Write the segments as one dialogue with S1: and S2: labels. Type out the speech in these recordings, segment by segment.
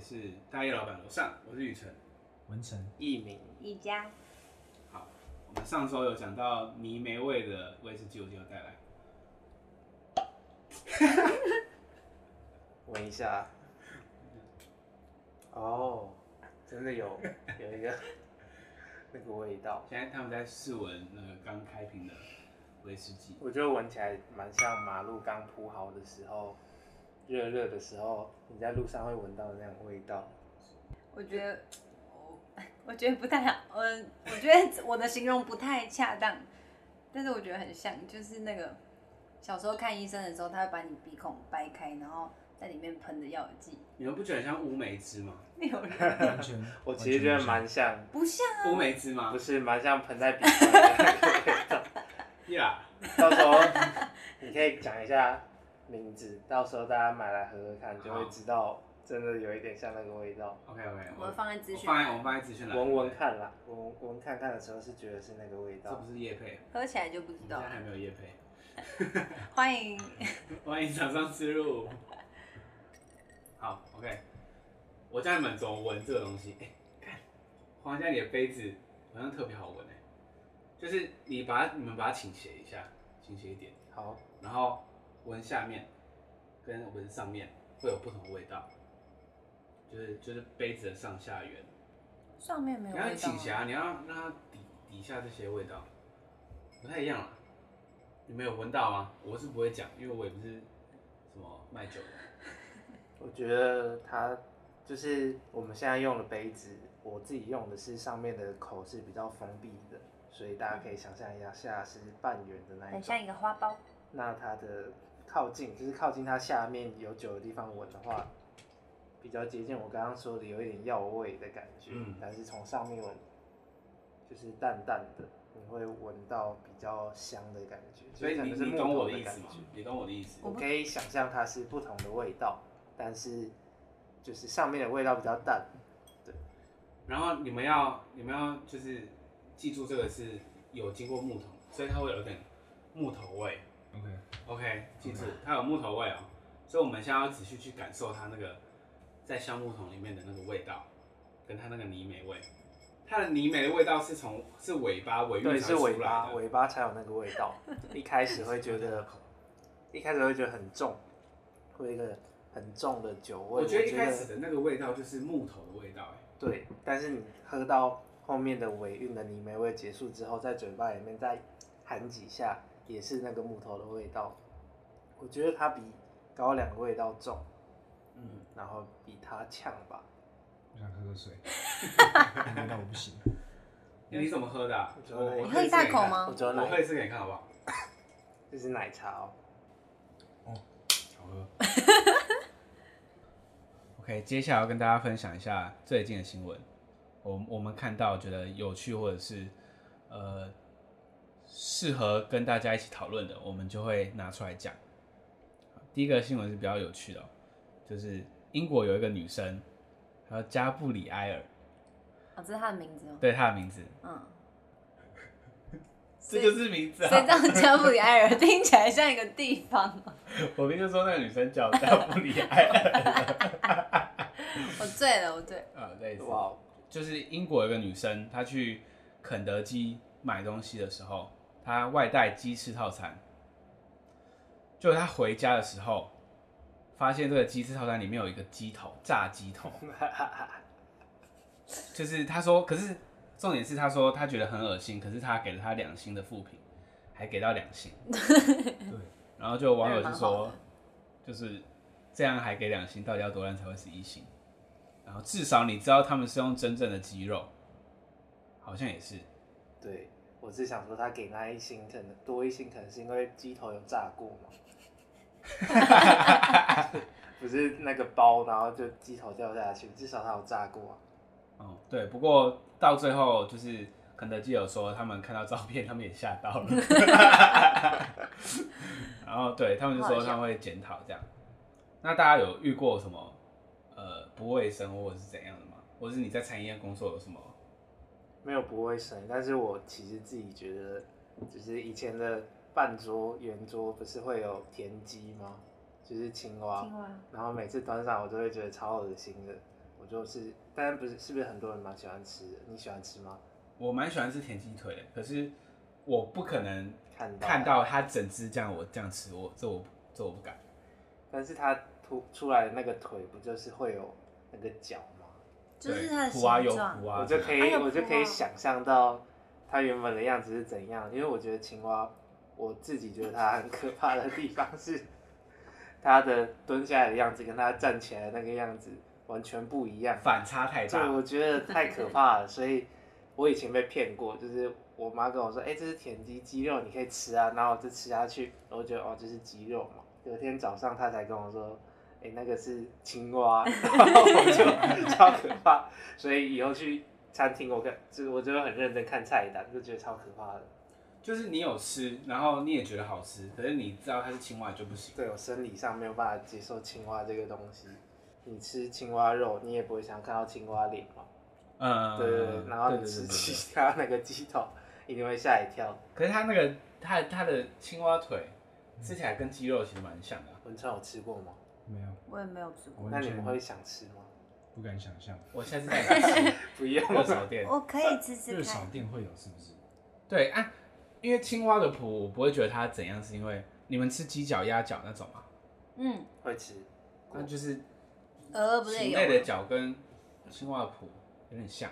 S1: 是大叶老板楼上，我是雨辰，
S2: 文成，
S1: 艺名。
S3: 宜家
S1: 好，我们上周有讲到泥煤味的威士忌，我就有带来。
S4: 闻一下。哦，真的 有有一个 那个味道，
S1: 现在他们在试闻那个刚开瓶的威士忌，
S4: 我觉得闻起来蛮像马路刚铺好的时候，热热的时候，你在路上会闻到的那种味道。，
S3: 我觉得，我我觉得不太好，嗯，我觉得我的形容不太恰当，但是我觉得很像，就是那个小时候看医生的时候，他会把你鼻孔掰开，然后在里面喷的药剂，
S1: 你们不觉得很像乌梅汁吗？
S3: 那有 人
S2: 完全
S4: 我其实觉得蛮像，
S3: 不像啊，
S4: 嗯
S1: 乌梅汁吗
S4: 不？是蛮像盆在鼻孔的那个味 道。
S1: 呀、
S4: 到时候你可以讲一下名字，到时候大家买来喝喝看，就会知道真的有一点像那个味道。
S1: o k OK，
S3: 我们放在资
S1: 我
S3: 讯
S1: 放在
S3: 栏
S1: 我们放在资讯栏，
S4: 闻闻，看啦，闻闻看看的时候是觉得是那个味
S1: 这
S4: 道
S1: 不。是叶配，
S3: 喝起来就不知
S1: 我们
S3: 道
S1: 现在还
S3: 了。
S1: 没有叶配，
S3: 欢迎，
S1: 欢迎厂商之入。好，OK，我教你们怎么闻这个东西。哎、看，黄家里的杯子好像特别好闻哎、就是你把它，你们把它倾斜一下，倾斜一点。
S4: 好，
S1: 然后闻下面跟闻上面会有不同的味道，就是就是杯子的上下缘，
S3: 上面没有
S1: 你
S3: 味道
S1: 要
S3: 啊，
S1: 倾斜啊，你要让它底底下这些味道不太一样了。你没有闻到吗？我是不会讲，因为我也不是什么卖酒的。
S4: 我觉得它就是我们现在用的杯子，我自己用的是上面的口是比较封闭的，所以大家可以想象一下，下是半圆的那一种
S3: 很像。一个花苞，
S4: 那它的靠近，就是靠近它下面有酒的地方闻的话，比较接近我刚刚说的有一点药味的感觉，
S1: 嗯
S4: 但是从上面闻，就是淡淡的，你会闻到比较香的感觉，
S1: 所以
S4: 就是
S1: 你
S4: 可能是
S1: 你
S4: 木
S1: 懂我的
S4: 头
S1: 意
S4: 感
S1: 思吗
S4: 觉。？
S1: 你懂我的意思？
S4: 我可以想象它是不同的味道，但是就是上面的味道比较淡，
S1: 然后你们要你们要就是记住这个是有经过木桶，所以它会有点木头味。
S2: OK，
S1: OK，记住它有木头味哦，所以我们现在要仔细去感受它那个在橡木桶里面的那个味道，跟它那个泥煤味。它的泥煤的味道是从是尾巴尾韵
S4: 对，
S1: 才
S4: 是
S1: 出来
S4: 尾巴，
S1: 的，
S4: 尾巴才有那个味 道。一开始会觉得，一开始会觉得很重，会有一个很重的酒味。
S1: 我觉得一开始
S4: 得
S1: 的那个味道就是木头的味道，哎，
S4: 对，但是你喝到后面的尾韵的泥煤味结束之后，在嘴巴里面再含几下，也是那个木头的味道。我觉得它比高粱的味道重，
S1: 嗯，
S4: 然后比它呛吧。
S2: 我想喝 个水，味道我不行。
S1: 那你怎么喝的啊、
S4: 我觉
S1: 我
S4: 得
S1: 我
S4: 你
S1: 我
S3: 你
S1: 喝
S3: 喝一
S1: 次
S3: 大
S1: 给你
S3: 口
S1: 看？
S3: 吗
S4: 我？只有
S1: 我喝
S4: 奶
S1: 一，次给你看好不好？
S4: 这是奶茶哦。
S1: 好喝。OK，接下来要跟大家分享一下最近的新闻，我我们看到觉得有趣或者是呃适合跟大家一起讨论的，我们就会拿出来讲。第一个新闻是比较有趣的哦、就是英国有一个女生，她叫加布里埃尔，
S3: 哦，这是他的名字哦。
S1: 对她的名字，
S3: 嗯，
S1: 这就是名字
S3: 谁
S1: 啊！
S3: 知道加布里埃尔 听起来像一个地方 哦？
S1: 我明就说那个女生叫加布里埃尔，
S3: 我醉了，我醉了。
S1: 啊，类似。
S4: 哇，哦
S1: 就是英国有个女生，她去肯德基买东西的时候，她外带鸡翅套餐，就她回家的时候，发现这个鸡翅套餐里面有一个鸡头，炸鸡 头，就是她说，可是重点是她说她觉得很恶心，可是她给了她两星的负评，还给到两 星，
S2: 对，
S1: 然后就网友就
S3: 那也蛮好
S1: 说
S3: 的，
S1: 就是这样还给两星，到底要多烂才会是一星？然后至少你知道他们是用真正的鸡肉，好像也是，
S4: 对，我是想说他给那一星可能多一星，可能是因为鸡头有炸过嘛， 不是那个包，然后就鸡头掉下去，至少他有炸过啊。
S1: 哦，对。不过到最后就是肯德基有说，他们看到照片，他们也吓到了，然后对他们就说他们会检讨这样。那大家有遇过什么呃不卫生或者是怎样的吗？或者是你在餐饮业工作有什么？
S4: 没有不卫生，但是我其实自己觉得，就是以前的半桌、圆桌不是会有田鸡吗？就是青蛙，
S3: 青蛙
S4: 然后每次端上我都会觉得超恶心的。我就是，当然不是，是不是很多人蛮喜欢吃的？你喜欢吃吗？
S1: 我蛮喜欢吃田鸡腿的，可是我不可能
S4: 看到
S1: 看，到它整只这样我这样吃，我这我这我不敢。
S4: 但是它凸出来的那个腿不就是会有那个角吗？
S3: 就
S1: 对
S3: 是它的形
S1: 苦啊有
S3: 状
S1: 苦，啊，
S4: 我就可
S1: 以。
S4: 以、
S3: 哎呦
S4: 我就可以
S3: 哇
S4: 想象到它原本的样子是怎样，因为我觉得青蛙，我自己觉得它很可怕的地方是， 它的蹲下来的样子跟它站起来的那个样子完全不一样，
S1: 反差太
S4: 这
S1: 大，
S4: 我觉得太可怕了，所以我以前被骗过，就是我妈跟我说，哎、这是田鸡鸡肉，你可以吃啊，然后我就吃下去，然后我觉得哦，这是鸡肉嘛。隔天早上她才跟我说，哎、那个是青蛙，然后我就超可怕，所以以后去餐厅我看，就是我就会很认真看菜单，就觉得超可怕的。
S1: 就是你有吃，然后你也觉得好吃，可是你知道它是青蛙你就不行。
S4: 对我生理上没有办法接受青蛙这个东西，你吃青蛙肉，你也不会想看到青蛙脸嘛。
S1: 嗯，
S4: 对对对，然后你
S1: 对
S4: 吃
S1: 对对对
S4: 其他那个鸡头，一定会吓一跳。
S1: 可是它那个它它的青蛙腿吃起来跟鸡肉其实蛮像的啊、
S4: 文川有吃过吗？
S2: 没有，
S3: 我也没有吃过。
S2: 我
S4: 那
S2: 完
S4: 你
S2: 全
S4: 们会想吃吗？
S2: 不敢想象。
S1: 我下次带你去
S4: 不用
S1: 吃热炒店。
S3: 我哦可以吃吃
S2: 热炒
S3: 看，
S2: 店会有是不是？
S1: 对啊，因为青蛙的脯我不会觉得它怎样，是因为你们吃鸡脚、鸭脚那种嘛，
S3: 嗯，
S4: 会吃。
S1: 那就是
S3: 鹅不是
S1: 禽
S3: 也
S1: 类
S3: 有啊
S1: 的
S3: 吗？
S1: 脚跟青蛙的脯有点像，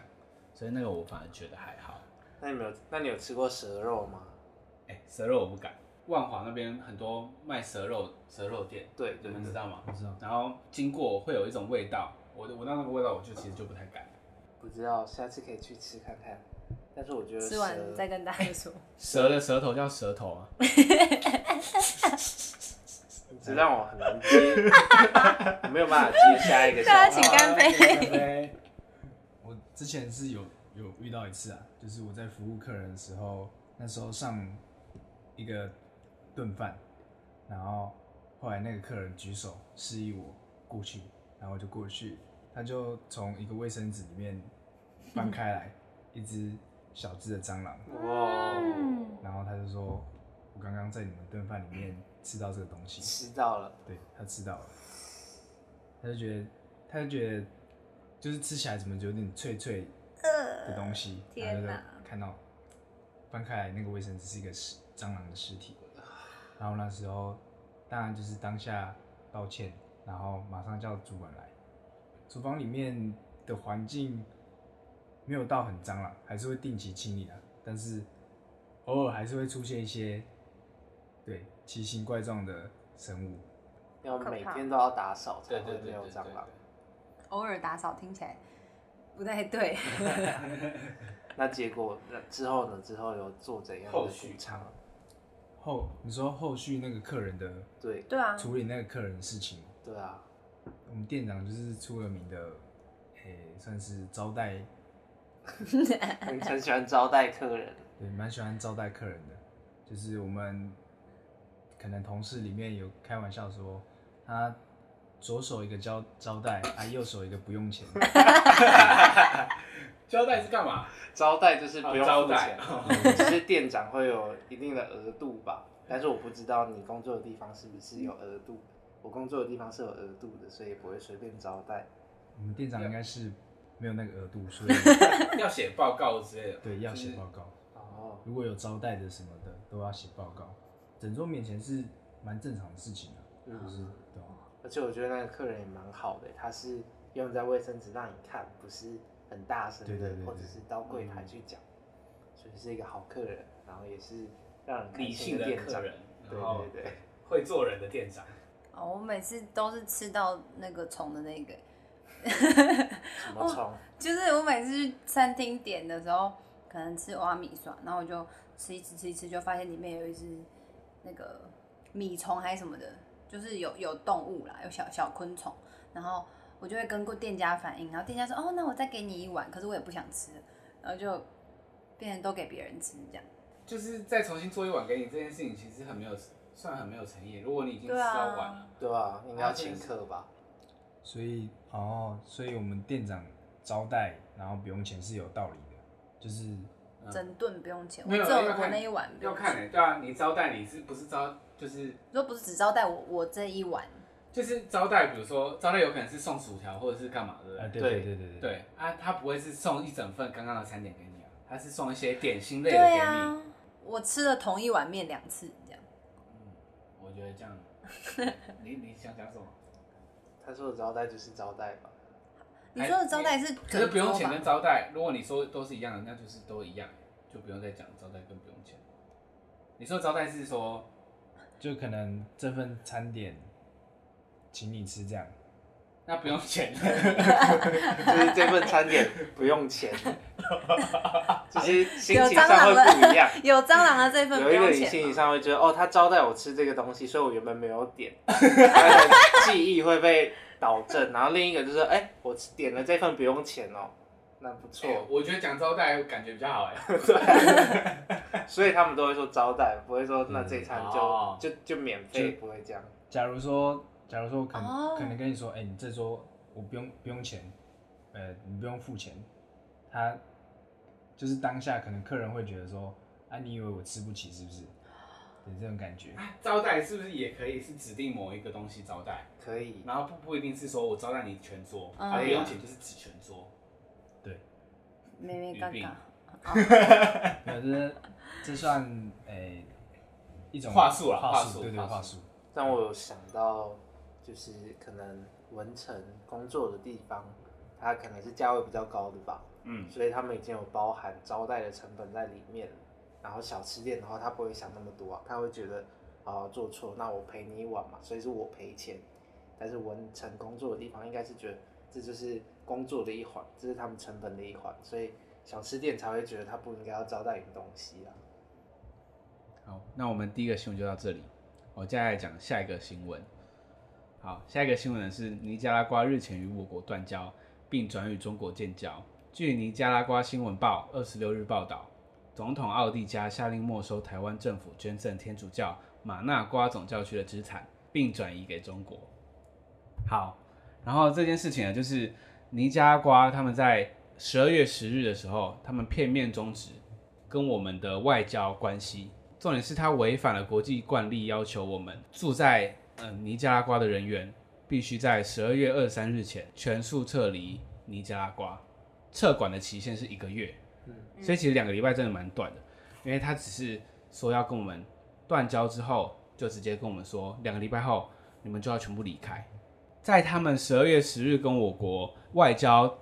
S1: 所以那个我反而觉得还好。
S4: 那你没有？那你有吃过蛇肉吗？
S1: 哎、蛇肉我不敢。万华那边很多卖蛇肉蛇肉店，
S4: 对
S1: 你
S4: 对
S1: 们
S4: 对
S1: 嗯知道吗？
S2: 不知道。
S1: 然后经过会有一种味道，我我到那个味道我就其实就不太敢。
S4: 不知道，下次可以去吃看看。但是我觉得
S3: 吃
S4: 蛇
S3: 完再跟大家 说。
S1: 蛇的舌头叫舌头啊，
S4: 这让我很难接，我没有办法接 下一个笑
S3: 大家
S4: 话。
S3: 请干杯。
S1: 啊 对，
S2: 我之前是有有遇到一次啊，就是我在服务客人的时候，那时候上一个炖饭，然后后来那个客人举手示意我过去，然后我就过去，他就从一个卫生纸里面翻开来 一只小只的蟑螂，
S4: 哇，
S3: 嗯，
S2: 然后他就说，我刚刚在你们炖饭里面吃到这个东西，
S4: 吃到了，
S2: 对他吃到了，他就觉得，他就觉得，就是吃起来怎么有点脆脆的东西，
S3: 呃天
S2: 然后他
S3: 哪
S2: 就看到翻开来那个卫生纸是一个尸蟑螂的尸体，然后那时候当然就是当下道歉，然后马上叫主管来，厨房里面的环境没有到很脏啦，还是会定期清理的，但是偶尔还是会出现一些对奇形怪状的生物。
S4: 要
S3: 可怕
S4: 每天都要打扫才
S1: 对对
S4: 会
S1: 对
S4: 没
S1: 对
S4: 有
S1: 对
S4: 蟑螂。
S3: 偶尔打扫听起来不 太对。
S4: 那结果那之后呢？之后有做怎样的
S1: 后续
S4: 补偿？
S2: 后你说后续那个客人的
S4: 对
S3: 对啊，
S2: 处理那个客人的事情，
S4: 对啊，
S2: 我们店长就是出了名的，诶、算是招待，
S4: 很很喜欢招待客人。
S2: 对，蛮喜欢招待客人的。就是我们可能同事里面有开玩笑说，他左手一个招招待，他右手一个不用钱。
S1: 胶带是干嘛？
S4: 招待就是不用
S1: 哦招
S4: 付
S1: 待
S4: 钱，嗯 只是店长会有一定的额度吧。但是我不知道你工作的地方是不是有额度，我工作的地方是有额度的，所以不会随便招待。
S2: 我们店长应该是没有那个额度，所以
S1: 要写报告之类的。
S2: 对要
S1: 就
S2: 写
S1: 是
S2: 报告。
S4: 哦，
S2: 如果有招待的什么的，都要写报告。整桌面前是蛮正常的事情啊，
S4: 嗯
S2: 就是对啊
S4: 而且我觉得那个客人也蛮好的，他是用在卫生纸让你看，不是很大声的，
S2: 对对对对
S4: 或者是到柜台去讲，所以是一个好客人，然后也是让人开
S1: 理
S4: 心
S1: 性的
S4: 店
S1: 客
S4: 长。
S1: 人，
S4: 对
S1: 然后
S4: 对对，
S1: 会做人的店长，
S3: 哦，我每次都是吃到那个虫的那个，
S4: 什
S1: 哦
S4: 么虫？
S3: 就是我每次去餐厅点的时候，可能吃瓦米刷，然后我就吃一吃吃一吃，就发现里面有一只那个米虫还是什么的，就是有有动物啦，有小小昆虫，然后我就会跟过店家反映，然后店家说哦，那我再给你一碗，可是我也不想吃，然后就变成都给别人吃这样。
S1: 就是再重新做一碗给你这件事情，其实很没有，算很没有诚意。如果你已经吃
S3: 对
S1: 到碗了
S3: 啊，，
S4: 对啊，应该要
S1: 哦
S4: 请客吧？
S2: 所以哦，所以我们店长招待然后不用钱是有道理的，就是
S3: 整顿不用钱，我
S1: 没有
S3: 只有
S1: 要看
S3: 我那一碗不
S1: 要
S3: 用
S1: 看
S3: 钱。
S1: 欸对啊，你招待你是不是招就是
S3: 如果不是只招待我我这一碗，
S1: 就是招待，比如说招待有可能是送薯条或者是干嘛的，
S2: 啊，
S1: 对不
S2: 对
S4: 对
S2: 对对对
S1: 对，对啊，他不会是送一整份刚刚的餐点给你啊，他是送一些点心类的给
S3: 对
S1: 你。
S3: 啊，我吃了同一碗面两次，这样
S1: 我觉得 这样，你你想讲什么？
S4: 他说的招待就是招待吧，
S3: 你说的招待是
S1: 可是不用
S3: 整
S1: 钱
S3: 桌吧
S1: 跟招待，如果你说都是一样的，那就是都一样，就不用再讲招待跟不用钱。你说招待是说
S2: 就可能这份餐点请你吃这样，
S1: 那不用 钱，
S4: 就是这份餐点不用钱，就是心
S3: 有
S4: 情
S3: 蟑
S4: 上
S3: 螂
S4: 会
S3: 了
S4: 不一样。
S3: 有蟑螂的 这份不
S4: 有一个
S3: 用
S4: 人心
S3: 钱
S4: 理
S3: 吗，
S4: 上会觉得，哦，他招待我吃这个东西，所以我原本没有点，他的记忆会被导正。然后另一个就是，哎、我点了这份不用钱哦，那不错。
S1: 欸我觉得讲招待感觉比较好哎。
S4: 所以他们都会说招待，不会说那这餐就、
S1: 哦
S4: 就就免费，不会这样。
S2: 假如说，假如说我可能、
S3: 哦
S2: 可能跟你说，哎、你这桌我不用不用钱，呃，你不用付钱，他就是当下可能客人会觉得说，啊，你以为我吃不起是不是？的这种感觉，
S1: 啊招待是不是也可以是指定某一个东西招待，
S4: 可以，
S1: 然后不不一定是说我招待你全桌，
S3: 嗯
S1: 啊不用钱就是指全桌。
S2: 对，
S3: 妹妹尴
S1: 语病
S3: 尬。
S2: 没有这这算哎、一种
S1: 话术啦
S2: 话
S1: 话术
S2: 对对
S1: 话术
S2: 话术，
S4: 让我有想到，就是可能文成工作的地方，它可能是价位比较高的吧，
S1: 嗯，
S4: 所以他们已经有包含招待的成本在里面了。然后小吃店的话，他不会想那么多啊，他会觉得啊、做错，那我赔你一碗嘛，所以是我赔钱。但是文成工作的地方应该是觉得这就是工作的一环，这是他们成本的一环，所以小吃店才会觉得他不应该要招待你东西啊。
S1: 好，那我们第一个新闻就到这里，我接下来讲下一个新闻。好，下一个新闻呢是尼加拉瓜日前与我国断交，并转与中国建交。据尼加拉瓜新闻报二十六日报道，总统奥蒂加下令没收台湾政府捐赠天主教马那瓜总教区的资产，并转移给中国。好，然后这件事情呢，就是尼加拉瓜他们在十二月十日的时候，他们片面终止跟我们的外交关系，重点是他违反了国际惯例，要求我们住在呃尼加拉瓜的人员必须在十二月二十三日前全数撤离尼加拉瓜，撤管的期限是一个月，所以其实两个礼拜真的蛮短的，因为他只是说要跟我们断交之后，就直接跟我们说两个礼拜后你们就要全部离开。在他们十二月十日跟我国外交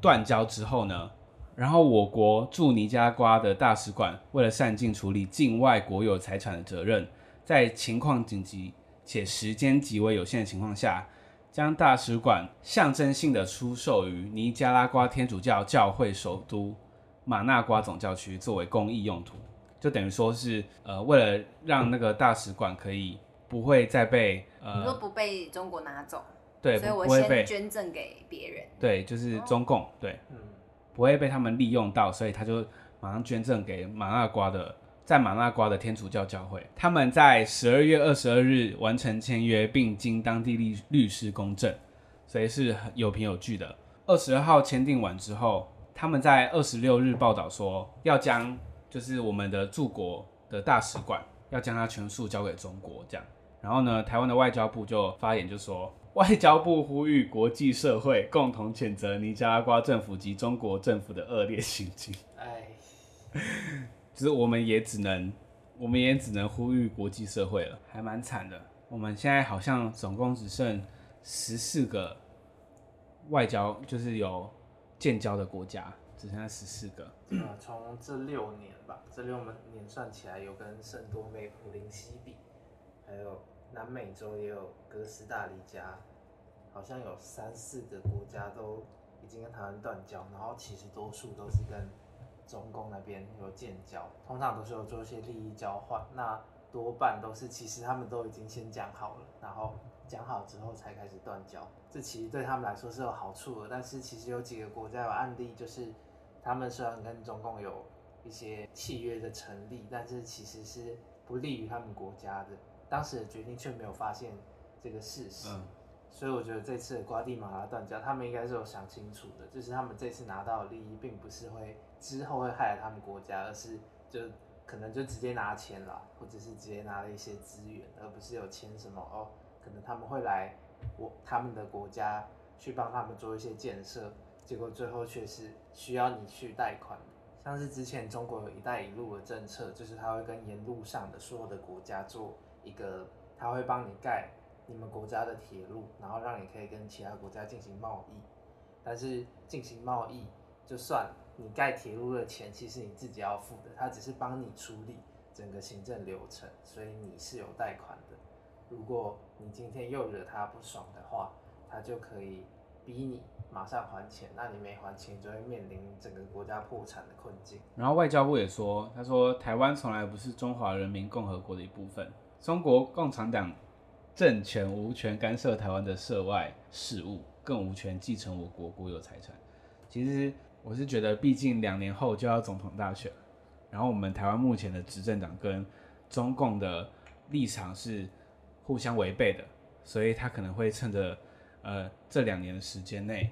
S1: 断交之后呢，然后我国驻尼加拉瓜的大使馆为了善尽处理境外国有财产的责任，在情况紧急且时间极为有限的情况下，将大使馆象征性的出售于尼加拉瓜天主教教会首都马那瓜总教区作为公益用途，就等于说是呃为了让那个大使馆可以不会再被
S3: 你说
S1: 呃
S3: 不被中国拿走，
S1: 对
S3: 嗯所以
S1: 不
S3: 我
S1: 不会被
S3: 先捐赠给别人。
S1: 对就是中共对
S4: 嗯，
S1: 不会被他们利用到，所以他就马上捐赠给马那瓜的，在马那瓜的天主教教会。他们在十二月二十二日完成签约，并经当地律律师公证，所以是很有凭有据的。二十二号签订完之后，他们在二十六日报道说，要将就是我们的驻国的大使馆要将它全数交给中国这样。然后呢，台湾的外交部就发言就说， 外交部呼吁国际社会共同谴责尼加拉瓜政府及中国政府的恶劣行径。
S4: 哎，
S1: 只是我们也只能，我们也只能呼吁国际社会了，还蛮惨的。我们现在好像总共只剩十四个外交，就是有建交的国家，只剩下十四个。
S4: 啊从这六年吧，这六年算起来，有跟圣多美普林西比，还有南美洲也有哥斯达黎加，好像有三四个国家都已经跟台湾断交，然后其实多数都是跟中共那边有建交，通常都是有做一些利益交换，那多半都是其实他们都已经先讲好了，然后讲好之后才开始断交，这其实对他们来说是有好处的，但是其实有几个国家有案例就是。他们虽然跟中共有一些契约的成立，但是其实是不利于他们国家的。当时的决定却没有发现这个事实，
S1: 嗯
S4: 所以我觉得这次的瓜地马拉断交，他们应该是有想清楚的，就是他们这次拿到的利益，并不是会之后会害了他们国家，而是就可能就直接拿钱啦，或者是直接拿了一些资源，而不是有签什么哦，可能他们会来我他们的国家去帮他们做一些建设，结果最后却是需要你去贷款。像是之前中国有“一带一路”的政策，就是它会跟沿路上的所有的国家做一个，它会帮你盖你们国家的铁路，然后让你可以跟其他国家进行贸易。但是进行贸易就算了你盖铁路的钱，其实你自己要付的，它只是帮你处理整个行政流程，所以你是有贷款的。如果你今天又惹他不爽的话，他就可以逼你马上还钱，那你没还钱，你就会面临整个国家破产的困境。
S1: 然后外交部也说，他说台湾从来不是中华人民共和国的一部分，中国共产党政权无权干涉台湾的涉外事务，更无权继承我国国有财产。其实我是觉得，毕竟两年后就要总统大选，然后我们台湾目前的执政党跟中共的立场是互相违背的，所以他可能会趁着呃这两年的时间内，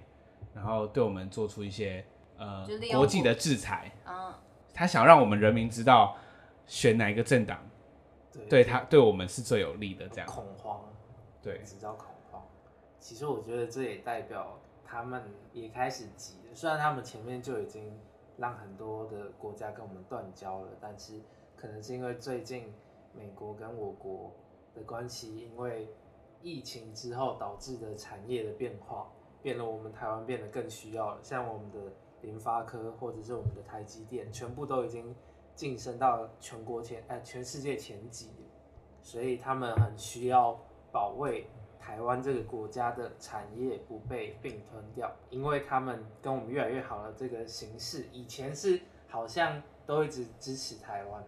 S1: 然后对我们做出一些呃
S3: 就利用
S1: 国际
S3: 我
S1: 的制裁。
S3: 啊，
S1: 他想让我们人民知道选哪一个政党
S4: 对
S1: 对他对我们是最有利的，这样
S4: 恐慌，
S1: 对
S4: 制造恐慌。其实我觉得这也代表他们也开始急了，虽然他们前面就已经让很多的国家跟我们断交了，但是可能是因为最近美国跟我国的关系，因为疫情之后导致的产业的变化，变得我们台湾变得更需要了，像我们的联发科或者是我们的台积电，全部都已经晋升到全国前，哎、全世界前几了所以他们很需要保卫台湾这个国家的产业不被并吞掉，因为他们跟我们越来越好的这个形势，以前是好像都一直支持台湾，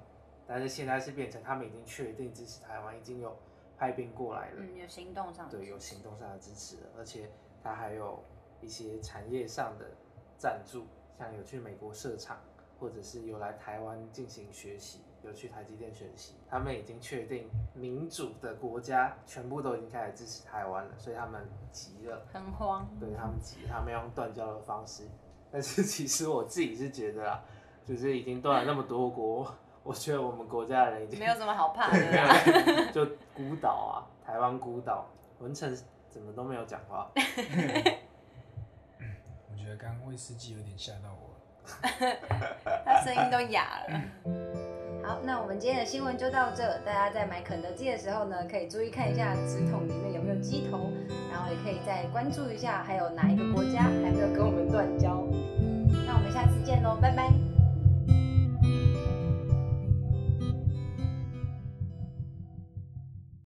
S4: 但是现在是变成他们已经确定支持台湾，已经有派兵过来了，
S3: 嗯，有行动上的
S4: 对，有行动上的支持了，而且它还有一些产业上的赞助，像有去美国设厂，或者是有来台湾进行学习，有去台积电学习。他们已经确定民主的国家全部都已经开始支持台湾了，所以他们急了，
S3: 很慌，
S4: 对他们急，他们要用断交的方式。但是其实我自己是觉得啊，就是已经断了那么多国，我觉得我们国家的人已经
S3: 没有什么好怕
S4: 对
S3: 的 啦。
S4: 就孤岛啊，台湾孤岛，文成怎么都没有讲话，
S2: 我觉得刚刚威士忌有点吓到我了。
S3: 他声音都哑了。好，那我们今天的新闻就到这。大家在买肯德基的时候呢，可以注意看一下纸筒里面有没有鸡头，然后也可以再关注一下还有哪一个国家